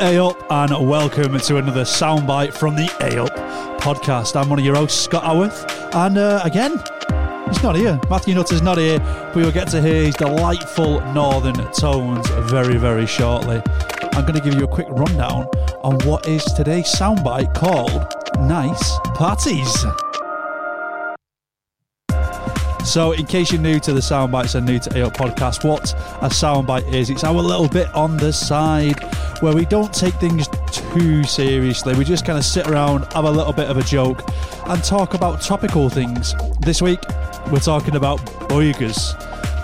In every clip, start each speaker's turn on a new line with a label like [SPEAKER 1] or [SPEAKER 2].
[SPEAKER 1] Hey up, and welcome to another soundbite from the A Up podcast. I'm one of your hosts, Scott Howarth, and uh, again, he's not here. Matthew Nutter's not here, but we will get to hear his delightful northern tones very, very shortly. I'm going to give you a quick rundown on what is today's soundbite called Nice Parties. So, in case you're new to the Soundbites and new to AO Podcast, what a soundbite is, it's our little bit on the side where we don't take things too seriously. We just kind of sit around, have a little bit of a joke, and talk about topical things. This week, we're talking about boigers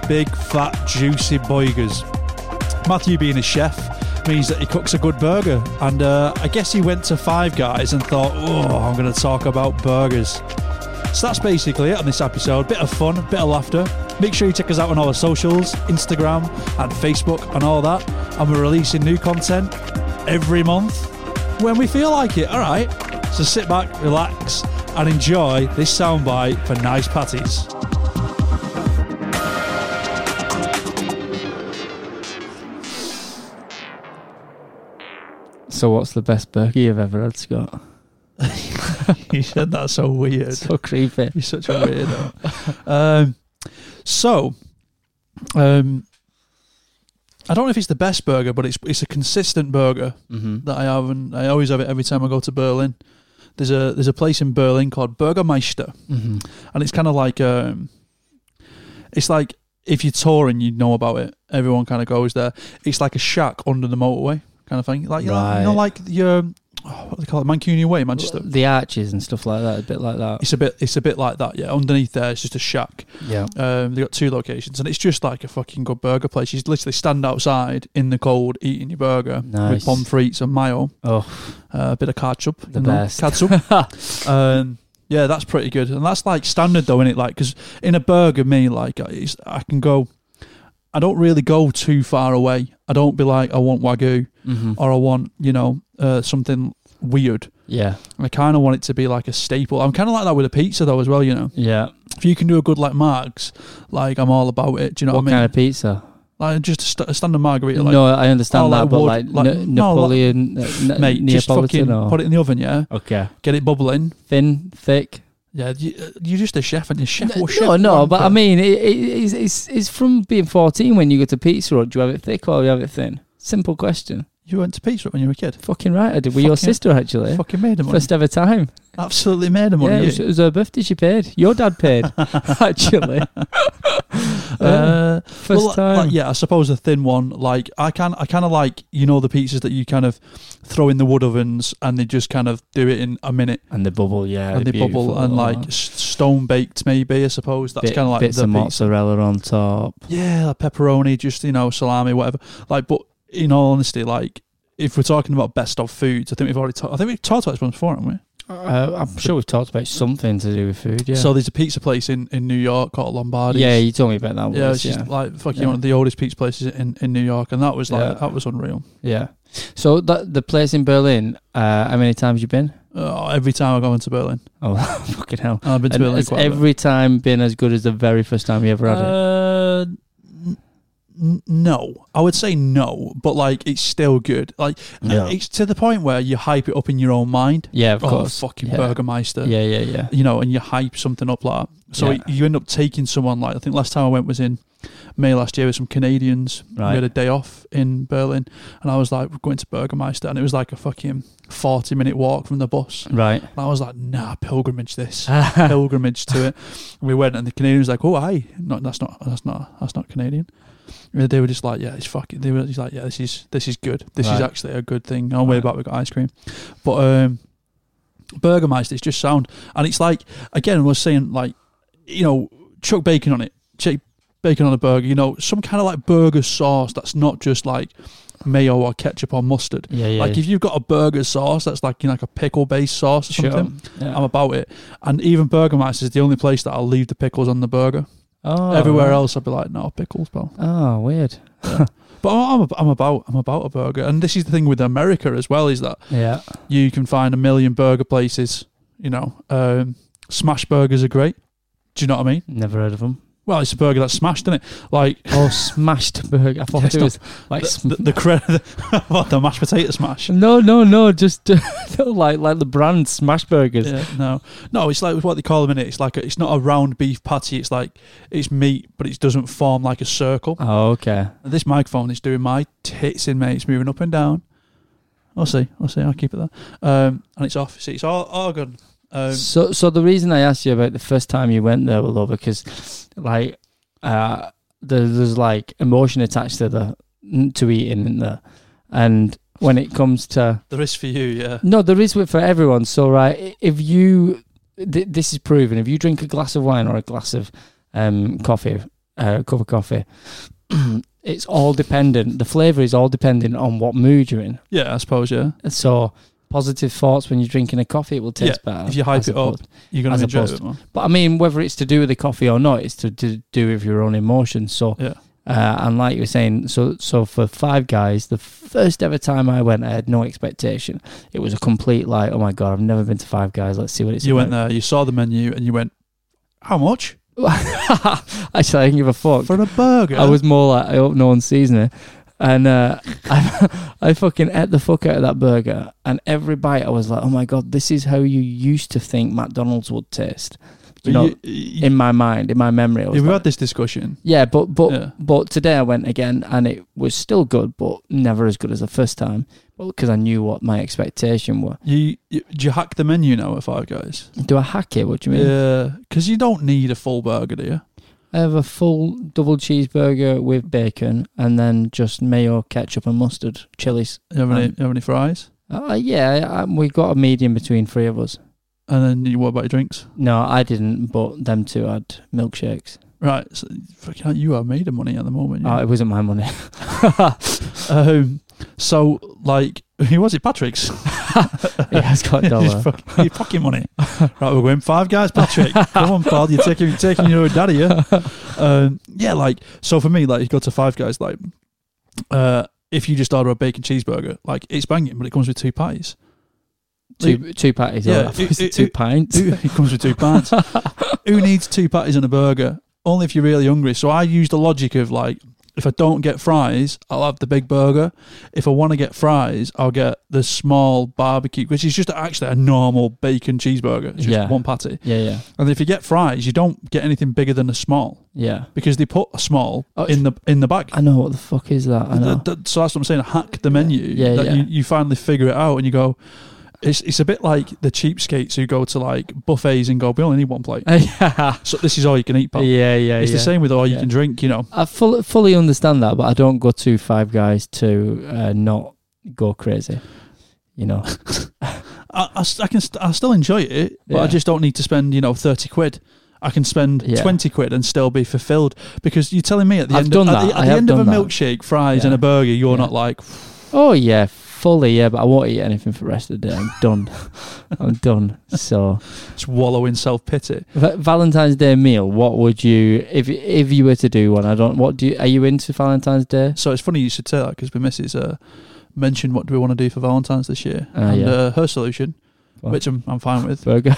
[SPEAKER 1] big, fat, juicy boigers. Matthew being a chef means that he cooks a good burger. And uh, I guess he went to Five Guys and thought, oh, I'm going to talk about burgers. So that's basically it on this episode. Bit of fun, bit of laughter. Make sure you check us out on all our socials Instagram and Facebook and all that. And we're releasing new content every month when we feel like it. All right. So sit back, relax, and enjoy this soundbite for nice patties.
[SPEAKER 2] So what's the best burger you've ever had, Scott?
[SPEAKER 1] You said that's so weird.
[SPEAKER 2] So creepy.
[SPEAKER 1] You're such a weirdo. um, so, um, I don't know if it's the best burger, but it's it's a consistent burger
[SPEAKER 2] Mm-hmm.
[SPEAKER 1] that I have, and I always have it every time I go to Berlin. There's a there's a place in Berlin called Burgermeister,
[SPEAKER 2] Mm-hmm.
[SPEAKER 1] and it's kind of like um, it's like if you're touring, you know about it. Everyone kind of goes there. It's like a shack under the motorway kind of thing, like you, know, you know, like
[SPEAKER 2] Right.
[SPEAKER 1] your oh, what do they call it, Mancunian Way, Manchester.
[SPEAKER 2] The arches and stuff like that, a bit like that.
[SPEAKER 1] It's a bit it's a bit like that. Yeah, underneath there, it's just a shack.
[SPEAKER 2] Yeah.
[SPEAKER 1] Um, they got two locations, and it's just like a fucking good burger place. You literally stand outside in the cold eating your burger with
[SPEAKER 2] Nice.
[SPEAKER 1] pommes frites and mayo,
[SPEAKER 2] Oh,
[SPEAKER 1] uh, a bit of ketchup, you
[SPEAKER 2] The
[SPEAKER 1] know,
[SPEAKER 2] best.
[SPEAKER 1] ketchup. um, yeah, that's pretty good, and that's like standard though, is it? Like, because in a burger, me like it's, I can go. I don't really go too far away. I don't be like I want wagyu
[SPEAKER 2] mm-hmm.
[SPEAKER 1] or I want you know uh, something weird.
[SPEAKER 2] yeah,
[SPEAKER 1] I kind of want it to be like a staple. I'm kind of like that with a pizza though as well. You know,
[SPEAKER 2] yeah.
[SPEAKER 1] if you can do a good like Marg's, like I'm all about it. Do you know
[SPEAKER 2] what
[SPEAKER 1] what I mean?
[SPEAKER 2] kind of pizza?
[SPEAKER 1] Like just a, st- a standard margarita, like
[SPEAKER 2] no, I understand
[SPEAKER 1] Oh,
[SPEAKER 2] that,
[SPEAKER 1] like
[SPEAKER 2] but
[SPEAKER 1] wood-
[SPEAKER 2] like,
[SPEAKER 1] like-
[SPEAKER 2] Na-
[SPEAKER 1] no, like-
[SPEAKER 2] Napoleon, uh,
[SPEAKER 1] mate.
[SPEAKER 2] Neapolitan,
[SPEAKER 1] just fucking
[SPEAKER 2] or
[SPEAKER 1] put it in the oven, yeah.
[SPEAKER 2] okay,
[SPEAKER 1] Get it bubbling.
[SPEAKER 2] thin, thick.
[SPEAKER 1] Yeah, you, uh, you're just a chef, and you chef.
[SPEAKER 2] no,
[SPEAKER 1] what chef
[SPEAKER 2] no, no,
[SPEAKER 1] wanker.
[SPEAKER 2] but I mean, it, it, it's, it's it's from being fourteen when you go to pizza hut. Do you have it thick or do you have it thin? Simple question.
[SPEAKER 1] you went to pizza Hut when you were a kid.
[SPEAKER 2] Fucking right, I did. With your
[SPEAKER 1] Fucking-
[SPEAKER 2] sister actually,
[SPEAKER 1] Fucking made them money.
[SPEAKER 2] first ever time.
[SPEAKER 1] Absolutely made them money.
[SPEAKER 2] Yeah, it
[SPEAKER 1] you.
[SPEAKER 2] was, it was her birthday. She paid. Your dad paid, actually. Yeah,
[SPEAKER 1] uh,
[SPEAKER 2] First
[SPEAKER 1] well, like-
[SPEAKER 2] time.
[SPEAKER 1] like, yeah, I suppose a thin one. Like I can, I kind of like you know the pizzas that you kind of throw in the wood ovens and they just kind of do it in a minute
[SPEAKER 2] And the bubble, yeah.
[SPEAKER 1] and they bubble and like s- stone baked maybe. I suppose that's kind of like
[SPEAKER 2] bits
[SPEAKER 1] the
[SPEAKER 2] of
[SPEAKER 1] pizza.
[SPEAKER 2] mozzarella on top.
[SPEAKER 1] Yeah, like pepperoni, just you know, salami, whatever. Like, but in all honesty, like if we're talking about best of foods, I think we've already. Ta- I think we've talked about this one before, haven't we?
[SPEAKER 2] Uh, I'm sure we've talked about something to do with food, yeah.
[SPEAKER 1] So there's a pizza place in, in New York called Lombardi's.
[SPEAKER 2] yeah, you told me about that one.
[SPEAKER 1] yeah,
[SPEAKER 2] Yeah,
[SPEAKER 1] it's just like fucking
[SPEAKER 2] Yeah.
[SPEAKER 1] one of the oldest pizza places in, in New York, and that was like
[SPEAKER 2] Yeah.
[SPEAKER 1] that was unreal.
[SPEAKER 2] yeah. So that the place in Berlin. Uh, how many times you been?
[SPEAKER 1] Oh, every time I go into Berlin,
[SPEAKER 2] Oh, fucking hell!
[SPEAKER 1] and I've been to
[SPEAKER 2] And
[SPEAKER 1] Berlin
[SPEAKER 2] has
[SPEAKER 1] quite a bit.
[SPEAKER 2] every time been as good as the very first time you ever had it?
[SPEAKER 1] Uh, n- n- no, I would say no, but like it's still good. Like
[SPEAKER 2] Yeah.
[SPEAKER 1] it's to the point where you hype it up in your own mind.
[SPEAKER 2] Yeah, of
[SPEAKER 1] Uh, oh,
[SPEAKER 2] course.
[SPEAKER 1] fucking
[SPEAKER 2] yeah.
[SPEAKER 1] Burgermeister.
[SPEAKER 2] Yeah, yeah, yeah.
[SPEAKER 1] you know, and you hype something up like that. So
[SPEAKER 2] Yeah.
[SPEAKER 1] you end up taking someone like I think last time I went was in May last year with some Canadians.
[SPEAKER 2] Right.
[SPEAKER 1] We had a day off in Berlin, and I was like, we're going to Burgermeister, and it was like a fucking forty-minute walk from the bus.
[SPEAKER 2] Right.
[SPEAKER 1] And I was like, nah, pilgrimage this, pilgrimage to it. And we went, and the Canadians like, oh, aye, no, that's not, that's not, that's not Canadian. And They were just like, yeah, it's fucking. They were just like, yeah, this is this is good. This is
[SPEAKER 2] Right.
[SPEAKER 1] actually a good thing. On the way
[SPEAKER 2] Right.
[SPEAKER 1] back, we got ice cream, but um, Burgermeister, it's just sound, and it's like again, I was saying like, you know, chuck bacon on it, chuck bacon on a burger. You know, some kind of like burger sauce that's not just like mayo or ketchup or mustard.
[SPEAKER 2] Yeah, yeah.
[SPEAKER 1] Like if you've got a burger sauce that's like you know, like a pickle based sauce or
[SPEAKER 2] sure.
[SPEAKER 1] something,
[SPEAKER 2] Yeah.
[SPEAKER 1] I'm about it. And even Burgermeister is the only place that I'll leave the pickles on the burger.
[SPEAKER 2] oh,
[SPEAKER 1] Everywhere
[SPEAKER 2] right.
[SPEAKER 1] else, I'll be like, no pickles, pal.
[SPEAKER 2] Oh, weird.
[SPEAKER 1] But I'm, I'm, I'm about I'm about a burger. And this is the thing with America as well is that
[SPEAKER 2] Yeah.
[SPEAKER 1] you can find a million burger places. You know, um, smash burgers are great. Do you know what I mean?
[SPEAKER 2] Never heard of them.
[SPEAKER 1] Well, it's a burger that's smashed, isn't it? Like
[SPEAKER 2] Oh, smashed burger. I thought
[SPEAKER 1] It's
[SPEAKER 2] it
[SPEAKER 1] not-
[SPEAKER 2] was like sm-
[SPEAKER 1] the the, cre- what, the mashed potato smash.
[SPEAKER 2] no, no, no. Just no, like like the brand smash burgers.
[SPEAKER 1] Yeah, no, no. It's like what they call them in it. It's like a, it's not a round beef patty. It's like it's meat, but it doesn't form like a circle.
[SPEAKER 2] Oh, okay.
[SPEAKER 1] This microphone is doing my tits in, mate. It's moving up and down. I'll see. I'll see. I'll keep it there. Um, and it's off. See, it's all, all good. Um,
[SPEAKER 2] so, so the reason I asked you about the first time you went there, Willow, because like uh, there, there's like emotion attached to the to eating in there, and when it comes to
[SPEAKER 1] there is for you, yeah.
[SPEAKER 2] no, there is with- for everyone. So right, i- if you th- this is proven, if you drink a glass of wine or a glass of um, coffee, uh, cup of coffee. It's all dependent. The flavor is all dependent on what mood you're in.
[SPEAKER 1] Yeah, I suppose, yeah.
[SPEAKER 2] And So, positive thoughts when you're drinking a coffee, it will taste better.
[SPEAKER 1] if you hype
[SPEAKER 2] as
[SPEAKER 1] it up.
[SPEAKER 2] opposed-
[SPEAKER 1] You're going
[SPEAKER 2] As
[SPEAKER 1] to enjoy it
[SPEAKER 2] opposed
[SPEAKER 1] a bit more.
[SPEAKER 2] but I mean, whether it's to do with the coffee or not, it's to, to do with your own emotions. So,
[SPEAKER 1] Yeah.
[SPEAKER 2] uh, and like you were saying, so so for five guys, the first ever time I went, I had no expectation. It was a complete like, oh my god, I've never been to Five Guys. Let's see what it's.
[SPEAKER 1] You went there, you saw the menu, and you went, how much?
[SPEAKER 2] there. Actually, I didn't give a fuck.
[SPEAKER 1] For a burger?
[SPEAKER 2] I was more like, I hope no one sees me. And uh, I, I fucking ate the fuck out of that burger. And every bite, I was like, oh my god, this is how you used to think McDonald's would taste. You know,
[SPEAKER 1] you, you,
[SPEAKER 2] in my mind, in my memory, I was
[SPEAKER 1] we've
[SPEAKER 2] like,
[SPEAKER 1] had this discussion.
[SPEAKER 2] Yeah, but but
[SPEAKER 1] Yeah.
[SPEAKER 2] but today I went again and it was still good, but never as good as the first time. because I knew what my expectation were.
[SPEAKER 1] You, you do you hack the menu now at Five Guys?
[SPEAKER 2] Do I hack it? What do you mean?
[SPEAKER 1] Yeah, because you don't need a full burger, do you?
[SPEAKER 2] I have a full double cheeseburger with bacon and then just mayo, ketchup, and mustard, chilies.
[SPEAKER 1] You have any,
[SPEAKER 2] Um,
[SPEAKER 1] you have any fries?
[SPEAKER 2] Uh, yeah, I, we got a medium between three of us.
[SPEAKER 1] And then you, what about your drinks?
[SPEAKER 2] No, I didn't, but them two had milkshakes.
[SPEAKER 1] Right, so fucking hell, you are made of money at the moment.
[SPEAKER 2] Oh,
[SPEAKER 1] Yeah.
[SPEAKER 2] it wasn't my money.
[SPEAKER 1] um, so, like, who was it? Patrick's.
[SPEAKER 2] it has got a
[SPEAKER 1] Just
[SPEAKER 2] dollar.
[SPEAKER 1] fucking, your fucking money. right, we're going five guys, Patrick. Come on, pal. You're taking you're taking your daddy, yeah. Um, yeah, like so for me, like you go to five guys, like uh, if you just order a bacon cheeseburger, like it's banging, but it comes with two pies.
[SPEAKER 2] Two, two patties.
[SPEAKER 1] Yeah,
[SPEAKER 2] Yeah,
[SPEAKER 1] it- it-
[SPEAKER 2] two
[SPEAKER 1] it-
[SPEAKER 2] pints.
[SPEAKER 1] Two- it comes with two pies. Who needs two patties and a burger? Only if you're really hungry. So I use the logic of like. If I don't get fries, I'll have the big burger. If I want to get fries, I'll get the small barbecue, which is just actually a normal bacon cheeseburger. It's just
[SPEAKER 2] Yeah.
[SPEAKER 1] one patty.
[SPEAKER 2] Yeah, yeah,
[SPEAKER 1] And if you get fries, you don't get anything bigger than a small
[SPEAKER 2] yeah.
[SPEAKER 1] because they put a small
[SPEAKER 2] Oh,
[SPEAKER 1] in the in the bag.
[SPEAKER 2] I know what the fuck is that. I know.
[SPEAKER 1] Th- th- so that's what I'm saying. Hack the menu.
[SPEAKER 2] Yeah,
[SPEAKER 1] that
[SPEAKER 2] yeah.
[SPEAKER 1] You, you finally figure it out and you go. It's it's a bit like the cheapskates who go to like buffets and go, we only need one plate.
[SPEAKER 2] yeah,
[SPEAKER 1] So this is all you can eat, pal.
[SPEAKER 2] yeah, yeah.
[SPEAKER 1] it's the same with all you
[SPEAKER 2] Yeah.
[SPEAKER 1] can drink. You know,
[SPEAKER 2] I full, fully understand that, but I don't go to Five Guys to uh, not go crazy. You know,
[SPEAKER 1] I, I, s- I can st- I still enjoy it, but I
[SPEAKER 2] Yeah.
[SPEAKER 1] just don't need to spend you know thirty quid. I can spend
[SPEAKER 2] Yeah.
[SPEAKER 1] twenty quid and still be fulfilled because you're telling me at the
[SPEAKER 2] I've
[SPEAKER 1] end
[SPEAKER 2] done
[SPEAKER 1] of, at
[SPEAKER 2] that.
[SPEAKER 1] the,
[SPEAKER 2] I
[SPEAKER 1] at the
[SPEAKER 2] have
[SPEAKER 1] end of a
[SPEAKER 2] done that.
[SPEAKER 1] milkshake, fries, and
[SPEAKER 2] Yeah.
[SPEAKER 1] a burger, you're
[SPEAKER 2] Yeah.
[SPEAKER 1] not like
[SPEAKER 2] oh yeah, fully yeah, but I won't eat anything for the rest of the day. I'm done. I'm done. So
[SPEAKER 1] just wallow in self pity.
[SPEAKER 2] Va- Valentine's Day meal. What would you if if you were to do one? I don't. What do you, are you into Valentine's Day?
[SPEAKER 1] So it's funny you should say that because my missus uh, mentioned what do we want to do for Valentine's this year,
[SPEAKER 2] Ah,
[SPEAKER 1] and
[SPEAKER 2] yeah.
[SPEAKER 1] uh, her solution,
[SPEAKER 2] What?
[SPEAKER 1] which I'm, I'm fine with,
[SPEAKER 2] Burger.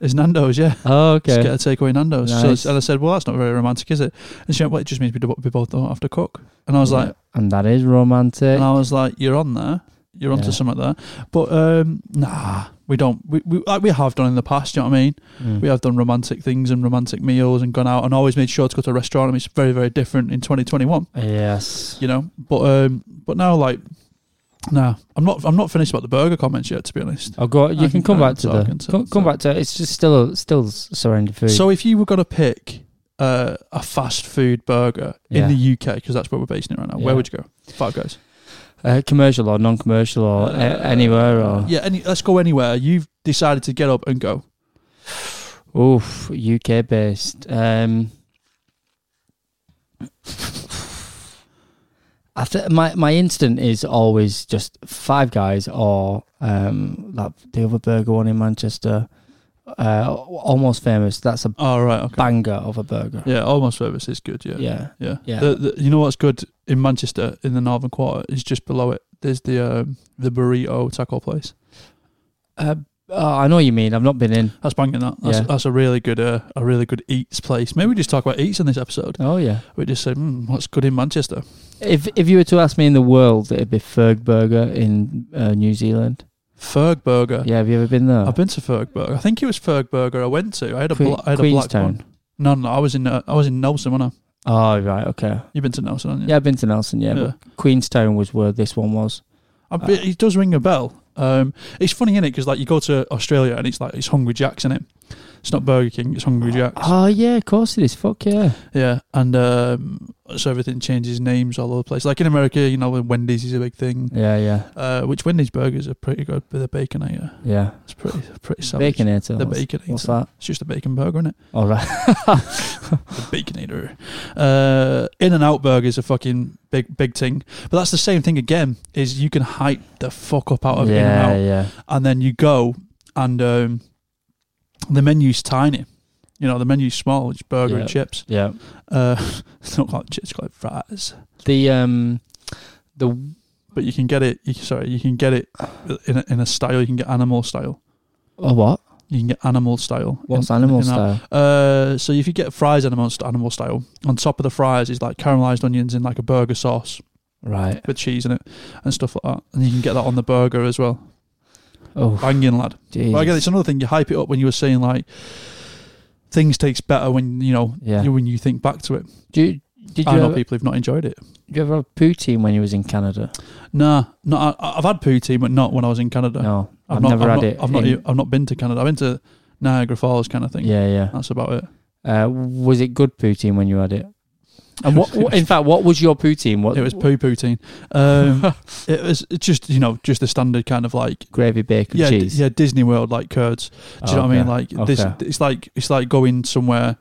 [SPEAKER 1] is Nando's. Yeah,
[SPEAKER 2] Oh, okay.
[SPEAKER 1] just get a takeaway Nando's. So
[SPEAKER 2] Nice.
[SPEAKER 1] and I said, well, that's not very romantic, is it? And she went, well, it just means we, do, we both don't have to cook. And I was like,
[SPEAKER 2] and that is romantic.
[SPEAKER 1] and I was like, you're on there, you're onto
[SPEAKER 2] Yeah.
[SPEAKER 1] something there, but um, nah. We don't. We, we like we have done in the past. You know what I mean?
[SPEAKER 2] Mm.
[SPEAKER 1] We have done romantic things and romantic meals and gone out and always made sure to go to a restaurant. I mean, it's very very different in 2021.
[SPEAKER 2] Mm. Yes.
[SPEAKER 1] you know. But um, but now like, nah, I'm not I'm not finished about the burger comments yet, to be honest.
[SPEAKER 2] I'll Oh, go. You
[SPEAKER 1] I
[SPEAKER 2] can
[SPEAKER 1] can-
[SPEAKER 2] come
[SPEAKER 1] I
[SPEAKER 2] back to
[SPEAKER 1] can- I can
[SPEAKER 2] the.
[SPEAKER 1] tell-
[SPEAKER 2] Come, come
[SPEAKER 1] so-
[SPEAKER 2] back to it's just still still surrounding food.
[SPEAKER 1] So if you were gonna pick uh, a fast food burger in
[SPEAKER 2] Yeah.
[SPEAKER 1] the UK, because that's where we're basing it right now,
[SPEAKER 2] Yeah.
[SPEAKER 1] where would you go? Five Guys.
[SPEAKER 2] uh, commercial or non-commercial or
[SPEAKER 1] Uh,
[SPEAKER 2] a anywhere or
[SPEAKER 1] Yeah, any, let's go anywhere. You've decided to get up and go.
[SPEAKER 2] oof UK based. Um, I th- my my instant is always just Five Guys or um that the other burger one in Manchester, uh, almost famous. That's a
[SPEAKER 1] All right. Okay.
[SPEAKER 2] banger of a burger.
[SPEAKER 1] Yeah, almost service is good. Yeah.
[SPEAKER 2] Yeah.
[SPEAKER 1] Yeah.
[SPEAKER 2] Yeah.
[SPEAKER 1] The, the, you know what's good in Manchester in the Northern Quarter is just below it. There's the um, the burrito taco place.
[SPEAKER 2] Uh, Oh, I know what you mean. I've not been in.
[SPEAKER 1] That's banging that. That's,
[SPEAKER 2] Yeah.
[SPEAKER 1] that's a really good uh, a really good eats place. Maybe we just talk about eats in this episode.
[SPEAKER 2] Oh yeah.
[SPEAKER 1] We just say mm, what's good in Manchester.
[SPEAKER 2] If if you were to ask me in the world, it'd be Ferg Burger in uh, New Zealand.
[SPEAKER 1] Ferg Burger.
[SPEAKER 2] Yeah, have you ever been there?
[SPEAKER 1] Uh, I've been to Ferg Burger. I think it was Ferg Burger I went to. I had a,
[SPEAKER 2] Que-
[SPEAKER 1] bla- I had a black one. No, no, I was in uh, I was in Nelson when I
[SPEAKER 2] Oh right, okay.
[SPEAKER 1] you've been to Nelson, haven't you?
[SPEAKER 2] Yeah, I've been to Nelson. Yeah,
[SPEAKER 1] Yeah.
[SPEAKER 2] but Queenstown was where this one was.
[SPEAKER 1] I bet it does ring a bell. Um, it's funny innit? 'cause because like you go to Australia and it's like it's Hungry Jack's in it. It's not Burger King. It's Hungry Jack's.
[SPEAKER 2] Oh yeah, of course it is. Fuck yeah.
[SPEAKER 1] Yeah, and um, so everything changes names all over the place. Like in America, you know, Wendy's is a big thing.
[SPEAKER 2] Yeah, yeah,
[SPEAKER 1] Uh, which Wendy's burgers are pretty good, but the bacon, yeah,
[SPEAKER 2] yeah.
[SPEAKER 1] it's pretty pretty savage.
[SPEAKER 2] Baconator.
[SPEAKER 1] The
[SPEAKER 2] what's-
[SPEAKER 1] Baconator.
[SPEAKER 2] What's that?
[SPEAKER 1] It's just a bacon burger, isn't it?
[SPEAKER 2] All right.
[SPEAKER 1] The baconator. Uh, In and Out burgers are fucking big big thing, but that's the same thing again. Is you can hype the fuck up out of In and
[SPEAKER 2] yeah,
[SPEAKER 1] Out.
[SPEAKER 2] yeah.
[SPEAKER 1] and then you go and um, the menu's tiny. You know, the menu's small. It's burger
[SPEAKER 2] Yeah.
[SPEAKER 1] and chips.
[SPEAKER 2] Yeah.
[SPEAKER 1] Uh, it's not quite chips, it's quite fries.
[SPEAKER 2] The um the
[SPEAKER 1] But you can get it. You, sorry, you can get it in a, in a style. You can get animal style.
[SPEAKER 2] oh what?
[SPEAKER 1] You can get animal style.
[SPEAKER 2] What's
[SPEAKER 1] In-
[SPEAKER 2] animal
[SPEAKER 1] in that-
[SPEAKER 2] style?
[SPEAKER 1] Uh, so if you get fries animal st- animal style, on top of the fries is like caramelized onions in like a burger sauce
[SPEAKER 2] Right.
[SPEAKER 1] with cheese in it and stuff like that. And you can get that on the burger as well.
[SPEAKER 2] Oh
[SPEAKER 1] Banging lad.
[SPEAKER 2] jeez.
[SPEAKER 1] Well, again, it's another thing. You hype it up when you were saying like things takes better when you know
[SPEAKER 2] Yeah.
[SPEAKER 1] you- when you think back to it.
[SPEAKER 2] Do you, did you
[SPEAKER 1] I know
[SPEAKER 2] ever, did
[SPEAKER 1] people who've not enjoyed it.
[SPEAKER 2] you ever have poutine when you was in Canada?
[SPEAKER 1] Nah, not, I, I've had poutine, but not when I was in Canada.
[SPEAKER 2] No, I've, never
[SPEAKER 1] I've
[SPEAKER 2] had
[SPEAKER 1] not,
[SPEAKER 2] it.
[SPEAKER 1] I've not.
[SPEAKER 2] in-
[SPEAKER 1] e- I've not been to Canada. I've been to Niagara Falls, kind of thing.
[SPEAKER 2] Yeah,
[SPEAKER 1] That's about it.
[SPEAKER 2] yeah. Uh, was it good poutine when you had it? And
[SPEAKER 1] It
[SPEAKER 2] what?
[SPEAKER 1] was- it
[SPEAKER 2] what- in fact, what was your poutine? What
[SPEAKER 1] It was poo poutine. Um, it was it's just you know just the standard kind of like
[SPEAKER 2] gravy, bacon,
[SPEAKER 1] yeah d-
[SPEAKER 2] cheese.
[SPEAKER 1] yeah Disney World like curds. Do you know what I mean? Like this,
[SPEAKER 2] Okay.
[SPEAKER 1] it's like it's like going somewhere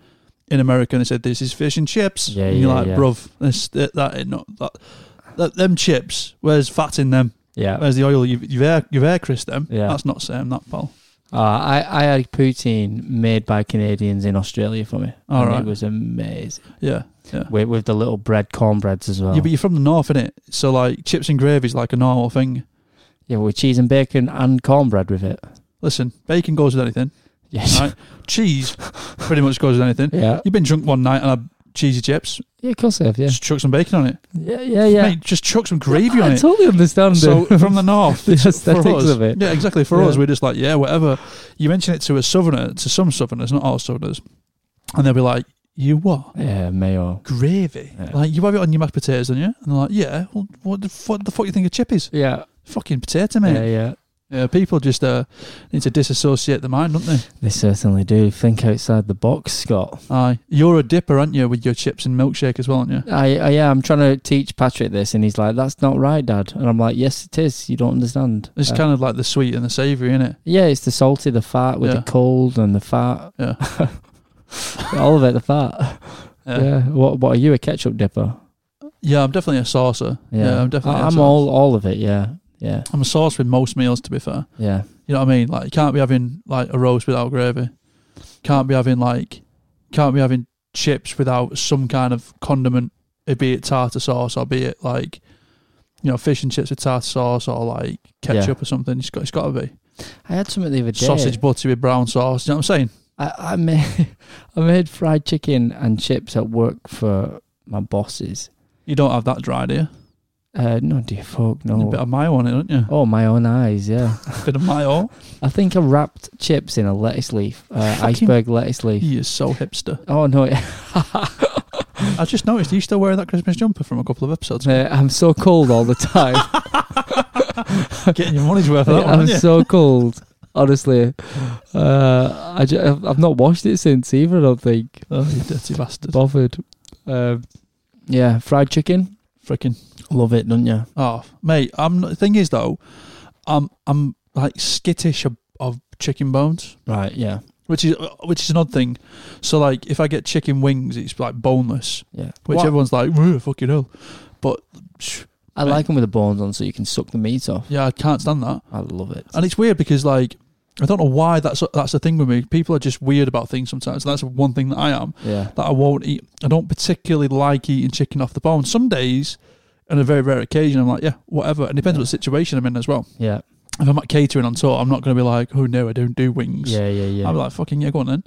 [SPEAKER 1] in America and they said this is fish and chips.
[SPEAKER 2] Yeah,
[SPEAKER 1] and you're
[SPEAKER 2] yeah,
[SPEAKER 1] like,
[SPEAKER 2] yeah.
[SPEAKER 1] bruv, this that, that ain't not that, that them chips. Where's fat in them?
[SPEAKER 2] yeah.
[SPEAKER 1] Where's the oil? You've you've air you've air crisped them.
[SPEAKER 2] Yeah.
[SPEAKER 1] that's not saying that, pal.
[SPEAKER 2] Uh, I I had poutine made by Canadians in Australia for me.
[SPEAKER 1] All
[SPEAKER 2] and
[SPEAKER 1] right.
[SPEAKER 2] it was amazing
[SPEAKER 1] Yeah, yeah.
[SPEAKER 2] with, with the little bread cornbreads as well.
[SPEAKER 1] Yeah, but you're from the north, innit? So like chips and gravy is like a normal thing.
[SPEAKER 2] Yeah, with cheese and bacon and cornbread with it.
[SPEAKER 1] Listen, bacon goes with anything.
[SPEAKER 2] Yes.
[SPEAKER 1] Right. Cheese pretty much goes with anything.
[SPEAKER 2] yeah.
[SPEAKER 1] You've been drunk one night and had cheesy chips.
[SPEAKER 2] Yeah, of course I have. Yeah.
[SPEAKER 1] Just chuck some bacon on it.
[SPEAKER 2] Yeah, yeah, yeah.
[SPEAKER 1] Mate, just chuck some gravy
[SPEAKER 2] I
[SPEAKER 1] on it.
[SPEAKER 2] totally understand
[SPEAKER 1] So
[SPEAKER 2] it.
[SPEAKER 1] from the north,
[SPEAKER 2] The
[SPEAKER 1] it's-
[SPEAKER 2] aesthetics
[SPEAKER 1] for us,
[SPEAKER 2] of it.
[SPEAKER 1] Yeah, exactly. For
[SPEAKER 2] Yeah.
[SPEAKER 1] us, we're just like, yeah, whatever. You mention it to a southerner, to some southerners, not all southerners, and they'll be like, you what?
[SPEAKER 2] yeah, mayo.
[SPEAKER 1] Gravy?
[SPEAKER 2] Yeah.
[SPEAKER 1] Like you have it on your mashed potatoes, don't you? And they're like, yeah. Well, what the, what the fuck you think of chippies?
[SPEAKER 2] Yeah.
[SPEAKER 1] Fucking potato,
[SPEAKER 2] Yeah,
[SPEAKER 1] mate.
[SPEAKER 2] yeah.
[SPEAKER 1] Yeah. people just uh, need to disassociate the mind, don't they?
[SPEAKER 2] They certainly do. Think outside the box, Scott.
[SPEAKER 1] Aye, you're a dipper, aren't you, with your chips and milkshake as well, aren't you?
[SPEAKER 2] I, I yeah, I'm trying to teach Patrick this, and he's like, "That's not right, Dad." And I'm like, "Yes, it is. You don't understand."
[SPEAKER 1] It's
[SPEAKER 2] Uh,
[SPEAKER 1] kind of like the sweet and the savoury, isn't it?
[SPEAKER 2] yeah, it's the salty, the fat with
[SPEAKER 1] Yeah.
[SPEAKER 2] the cold and the fat,
[SPEAKER 1] Yeah.
[SPEAKER 2] all of it, the fat.
[SPEAKER 1] Yeah. yeah.
[SPEAKER 2] yeah. What What are you a ketchup dipper?
[SPEAKER 1] I'm definitely a saucer. Yeah, I'm definitely.
[SPEAKER 2] I,
[SPEAKER 1] a
[SPEAKER 2] am
[SPEAKER 1] saucer.
[SPEAKER 2] all all of it. Yeah. Yeah.
[SPEAKER 1] I'm a sauce with most meals, to be fair.
[SPEAKER 2] Yeah.
[SPEAKER 1] You know what I mean? Like you can't be having like a roast without gravy. Can't be having like can't be having chips without some kind of condiment, it be it tartar sauce or be it like you know, fish and chips with tartar sauce or like ketchup or something. It's got it's gotta be.
[SPEAKER 2] I had something the other day.
[SPEAKER 1] Sausage butty with brown sauce. You know what I'm saying?
[SPEAKER 2] I, I made I made fried chicken and chips at work for my bosses.
[SPEAKER 1] You don't have that dry, do you?
[SPEAKER 2] Uh, no, dear fuck,
[SPEAKER 1] A bit
[SPEAKER 2] no.
[SPEAKER 1] of mayo on it, don't you?
[SPEAKER 2] Oh, my own eyes, yeah.
[SPEAKER 1] bit of mayo.
[SPEAKER 2] I think I wrapped chips in a lettuce leaf, uh,
[SPEAKER 1] Fucking-
[SPEAKER 2] iceberg lettuce leaf.
[SPEAKER 1] He is so hipster.
[SPEAKER 2] Oh no, uh,
[SPEAKER 1] I just noticed you still wearing that Christmas jumper from a couple of episodes.
[SPEAKER 2] Uh, I'm so cold all the time.
[SPEAKER 1] Getting your money's worth of that one,
[SPEAKER 2] I'm
[SPEAKER 1] aren't you?
[SPEAKER 2] so cold, honestly. Uh, I ju- I've I've not washed it since either. I don't think
[SPEAKER 1] Oh, you dirty bastard.
[SPEAKER 2] bothered. Um, yeah, fried chicken,
[SPEAKER 1] Freaking
[SPEAKER 2] love it, don't you?
[SPEAKER 1] Oh, mate, I'm. The thing is, though, I'm I'm like skittish of, of chicken bones,
[SPEAKER 2] Right, yeah,
[SPEAKER 1] which is which is an odd thing. So, like, if I get chicken wings, it's like boneless,
[SPEAKER 2] yeah.
[SPEAKER 1] which
[SPEAKER 2] What-
[SPEAKER 1] everyone's like, "Whoa, fucking hell. But psh,
[SPEAKER 2] I like them with the bones on, so you can suck the meat off.
[SPEAKER 1] yeah, I can't stand that.
[SPEAKER 2] I love it.
[SPEAKER 1] And it's weird because like. I don't know why that's that's the thing with me. People are just weird about things sometimes. That's one thing that I am
[SPEAKER 2] yeah,
[SPEAKER 1] that I won't eat. I don't particularly like eating chicken off the bone. Some days, on a very rare occasion, I'm like, yeah, whatever. And it depends what situation I'm in as well.
[SPEAKER 2] yeah,
[SPEAKER 1] if I'm at catering on tour, I'm not going to be like, oh no, I don't do wings.
[SPEAKER 2] Yeah, yeah, yeah.
[SPEAKER 1] I'd be like, fucking yeah, go on then.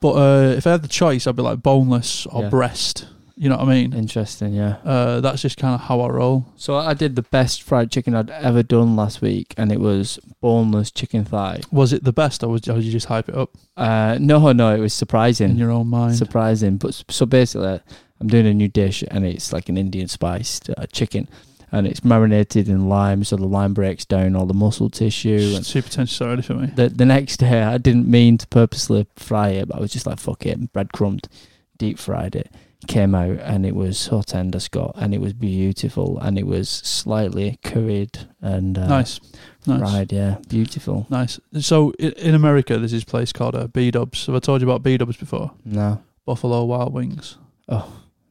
[SPEAKER 1] But uh, if I had the choice, I'd be like boneless or
[SPEAKER 2] Yeah.
[SPEAKER 1] breast. You know what I mean?
[SPEAKER 2] Interesting, yeah.
[SPEAKER 1] Uh, that's just kind of how I roll.
[SPEAKER 2] So I did the best fried chicken I'd ever done last week, and it was boneless chicken thigh.
[SPEAKER 1] Was it the best, or, was, or did you just hype it up
[SPEAKER 2] Uh, no, no, it was surprising.
[SPEAKER 1] in your own mind?
[SPEAKER 2] surprising. But s- so basically, I'm doing a new dish, and it's like an Indian spiced uh, chicken, and it's marinated in lime, so the lime breaks down all the muscle tissue. And
[SPEAKER 1] Super tension already for me.
[SPEAKER 2] the the next day, I didn't mean to purposely fry it, but I was just like, fuck it, breadcrumbed, deep fried it. Came out and it was so tender, Scott, and it was beautiful, and it was slightly curried and uh,
[SPEAKER 1] nice, nice,
[SPEAKER 2] fried, yeah, beautiful.
[SPEAKER 1] nice. So i- in America, there's this place called uh, B Dubs. Have I told you about B Dubs before?
[SPEAKER 2] No,
[SPEAKER 1] Buffalo Wild Wings.
[SPEAKER 2] nice.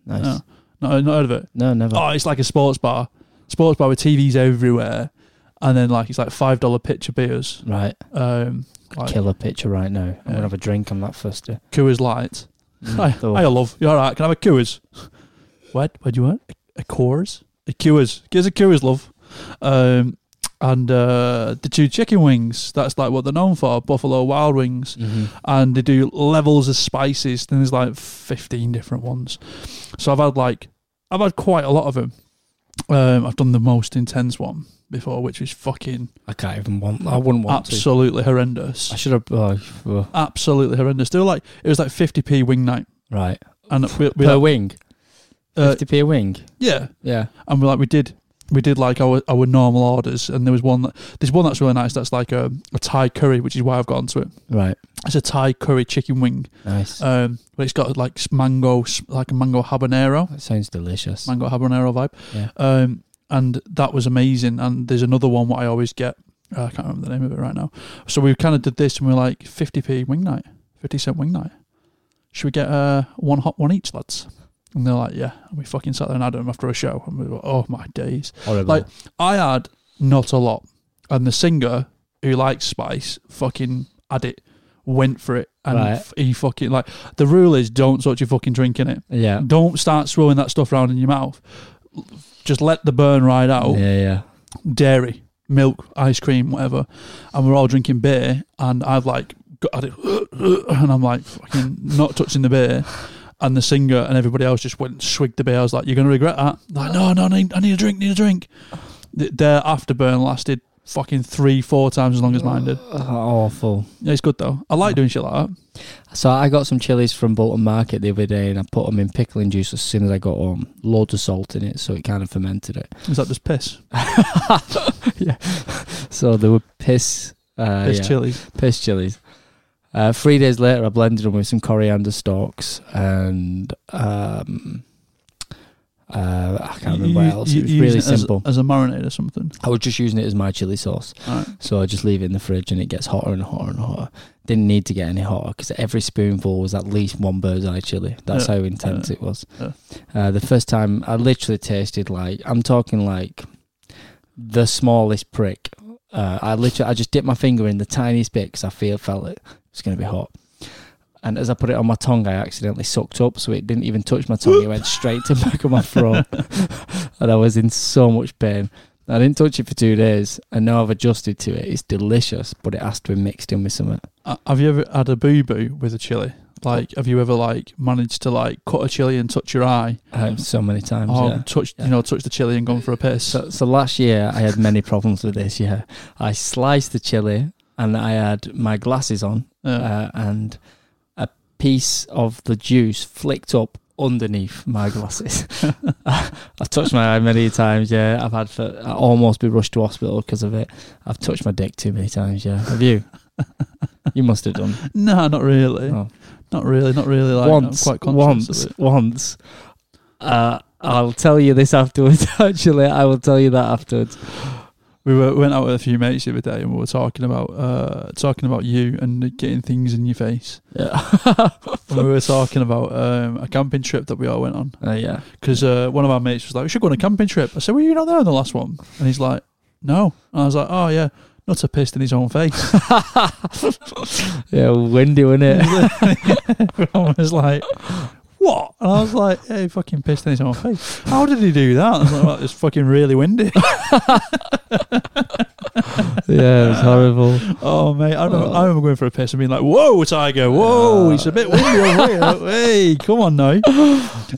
[SPEAKER 1] No, no, not heard of it.
[SPEAKER 2] No, never.
[SPEAKER 1] Oh, it's like a sports bar. Sports bar with TVs everywhere, and then like it's like five dollar pitcher beers.
[SPEAKER 2] Right,
[SPEAKER 1] Um, like
[SPEAKER 2] killer picture right now. I'm
[SPEAKER 1] Yeah.
[SPEAKER 2] gonna have a drink. I'm that thirsty.
[SPEAKER 1] Coors Light. Hi,
[SPEAKER 2] Oh.
[SPEAKER 1] hi, love. You all right? Can I have a Coors? What? What do you want? A, a Coors? A Coors. Give us a Coors, love. Um, and uh, they do chicken wings. That's like what they're known for. Buffalo Wild Wings.
[SPEAKER 2] Mm-hmm.
[SPEAKER 1] and they do levels of spices. Then there's like 15 different ones. So I've had like, I've had quite a lot of them. Um, I've done the most intense one before, which was fucking
[SPEAKER 2] I can't even want. I wouldn't want to.
[SPEAKER 1] absolutely horrendous.
[SPEAKER 2] I should have. Oh, well,
[SPEAKER 1] absolutely horrendous. They were like, it was like 50p wing night.
[SPEAKER 2] right.
[SPEAKER 1] And we, we
[SPEAKER 2] per
[SPEAKER 1] like,
[SPEAKER 2] wing,
[SPEAKER 1] uh,
[SPEAKER 2] fifty p a wing.
[SPEAKER 1] yeah.
[SPEAKER 2] Yeah.
[SPEAKER 1] And we like, we did. We did like our, our normal orders, and there was one that there's one that's really nice. That's like a, a Thai curry, which is why I've got onto it.
[SPEAKER 2] Right. Uh,
[SPEAKER 1] It's a Thai curry chicken wing,
[SPEAKER 2] Nice.
[SPEAKER 1] um, but it's got like mango, like a mango habanero.
[SPEAKER 2] that sounds delicious.
[SPEAKER 1] mango habanero vibe.
[SPEAKER 2] Yeah.
[SPEAKER 1] Um, and that was amazing. And there's another one what I always get. Uh, I can't remember the name of it right now. So we kind of did this, and we are like 50p wing night, 50 cent wing night. Should we get uh, one hot one each, lads? And they're like, yeah. And we fucking sat there and had them after a show, and we were oh my days.
[SPEAKER 2] Horrible.
[SPEAKER 1] like- I had not a lot, and the singer who likes spice fucking had it, went for it, and
[SPEAKER 2] Right.
[SPEAKER 1] f- he fucking like the rule is don't touch your fucking drink in it.
[SPEAKER 2] yeah.
[SPEAKER 1] Don't start swirling that stuff around in your mouth. Just let the burn ride out.
[SPEAKER 2] Yeah. Yeah.
[SPEAKER 1] Dairy, milk, ice cream, whatever. And we're all drinking beer. And I've like got at it, and I'm like fucking not touching the beer. And the singer and everybody else just went and swigged the beer. I was like, "You're gonna regret that." Like, no, no, I need, I need a drink, need a drink. Th- Their afterburn lasted fucking three, four times as long as mine did.
[SPEAKER 2] Oh, awful.
[SPEAKER 1] Yeah, it's good though. I like doing shit like that.
[SPEAKER 2] So I got some chilies from Bolton Market the other day, and I put them in pickling juice as soon as I got home. Loads of salt in it, so it kind of fermented it.
[SPEAKER 1] Is that just piss?
[SPEAKER 2] yeah. So they were piss. Uh,
[SPEAKER 1] Piss
[SPEAKER 2] yeah.
[SPEAKER 1] chilies.
[SPEAKER 2] piss chilies. Uh, three days later, I blended them with some coriander stalks and um, uh, I can't remember what else.
[SPEAKER 1] You-
[SPEAKER 2] It was
[SPEAKER 1] you
[SPEAKER 2] really
[SPEAKER 1] use it as-
[SPEAKER 2] simple.
[SPEAKER 1] As, a marinade or something.
[SPEAKER 2] I was just using it as my chili sauce,
[SPEAKER 1] All right.
[SPEAKER 2] so I just leave it in the fridge and it gets hotter and hotter and hotter. Didn't need to get any hotter because every spoonful was at least one bird's eye chili. That's
[SPEAKER 1] Yeah.
[SPEAKER 2] how intense it was.
[SPEAKER 1] Yeah.
[SPEAKER 2] Uh, the first time I literally tasted like I'm talking like the smallest prick. Uh, I literally I just dipped my finger in the tiniest bit because I feel felt it was going to be hot. And as I put it on my tongue, I accidentally sucked up, so it didn't even touch my tongue. It went straight to the back of my throat, and I was in so much pain. I didn't touch it for two days, and now I've adjusted to it. It's delicious, but it has to be mixed in with something.
[SPEAKER 1] Uh, have you ever had a boo boo with a chili? Like, have you ever like managed to like cut a chili and touch your eye,
[SPEAKER 2] Um, so many times.
[SPEAKER 1] or
[SPEAKER 2] yeah.
[SPEAKER 1] touch
[SPEAKER 2] Yeah.
[SPEAKER 1] you know touch the chili and gone for a piss?
[SPEAKER 2] So, so last year I had many problems with this. Yeah, I sliced the chili, and I had my glasses on,
[SPEAKER 1] yeah.
[SPEAKER 2] uh, and a piece of the juice flicked up underneath my glasses. I've touched my eye many times. Yeah, I've had for I almost be rushed to hospital because of it. I've touched my dick too many times. Yeah, have you? you must have done.
[SPEAKER 1] no, not really,
[SPEAKER 2] Oh.
[SPEAKER 1] not really, not really. Like,
[SPEAKER 2] once,
[SPEAKER 1] I'm quite conscious
[SPEAKER 2] once,
[SPEAKER 1] of it.
[SPEAKER 2] once. Uh, I'll tell you this afterwards. Actually, I will tell you that afterwards.
[SPEAKER 1] We were, we went out with a few mates the other day, and we were talking about uh, talking about you and getting things in your face.
[SPEAKER 2] Yeah.
[SPEAKER 1] And we were talking about um, a camping trip that we all went on
[SPEAKER 2] Uh, yeah.
[SPEAKER 1] because uh, one of our mates was like, "We should go on a camping trip." I said, "Were you not there on the last one?" And he's like, "No." And I was like, "Oh yeah." Nutter pissed in his own face.
[SPEAKER 2] yeah, windy, wasn't it?
[SPEAKER 1] Everyone was like, "What?" And I was like, "Yeah, he fucking pissed in his own face. How did he do that?" I was like, well, "It's fucking really windy."
[SPEAKER 2] yeah, it's horrible.
[SPEAKER 1] Oh mate, I remember, I remember going for a piss and being like, "Whoa, tiger! Whoa, it's a bit windy over here. Hey, come on now!"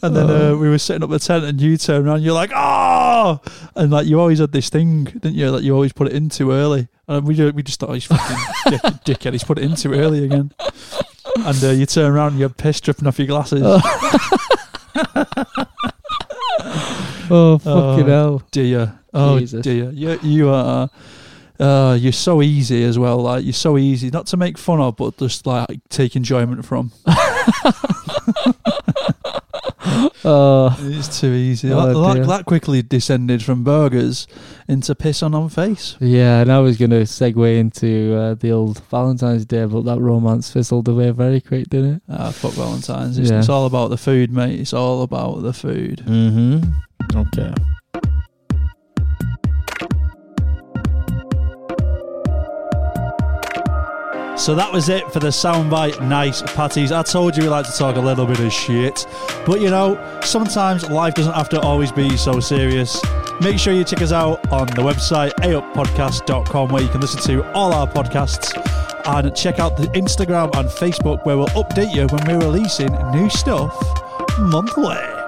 [SPEAKER 1] And then uh, we were sitting up the tent, and you turned around, you're like, "Oh!" And like you always had this thing, didn't you? That you always put it in too early, and we ju- we just thought "Oh, he's fucking dick, dickhead. He's put it in too early again. And uh, you turn around, and you had piss dripping off your glasses.
[SPEAKER 2] Oh fucking hell!
[SPEAKER 1] dear. Oh
[SPEAKER 2] Jesus.
[SPEAKER 1] dear. You you are uh, you're so easy as well. Like you're so easy, not to make fun of, but just like take enjoyment from.
[SPEAKER 2] Oh,
[SPEAKER 1] It's too easy.
[SPEAKER 2] Oh,
[SPEAKER 1] that, that-
[SPEAKER 2] dear.
[SPEAKER 1] that quickly descended from burgers into piss on on face.
[SPEAKER 2] yeah. And I was going to segue into uh, the old Valentine's Day, but that romance fizzled away very quick, didn't it?
[SPEAKER 1] Ah, fuck Valentine's. It's,
[SPEAKER 2] Yeah.
[SPEAKER 1] it's all about the food, mate. It's all about the food.
[SPEAKER 2] Mm-hmm. Okay.
[SPEAKER 1] So that was it for the soundbite nice patties. I told you we like to talk a little bit of shit, but you know, sometimes life doesn't have to always be so serious. Make sure you check us out on the website auppodcast.com where you can listen to all our podcasts and check out the Instagram and Facebook where we'll update you when we're releasing new stuff monthly.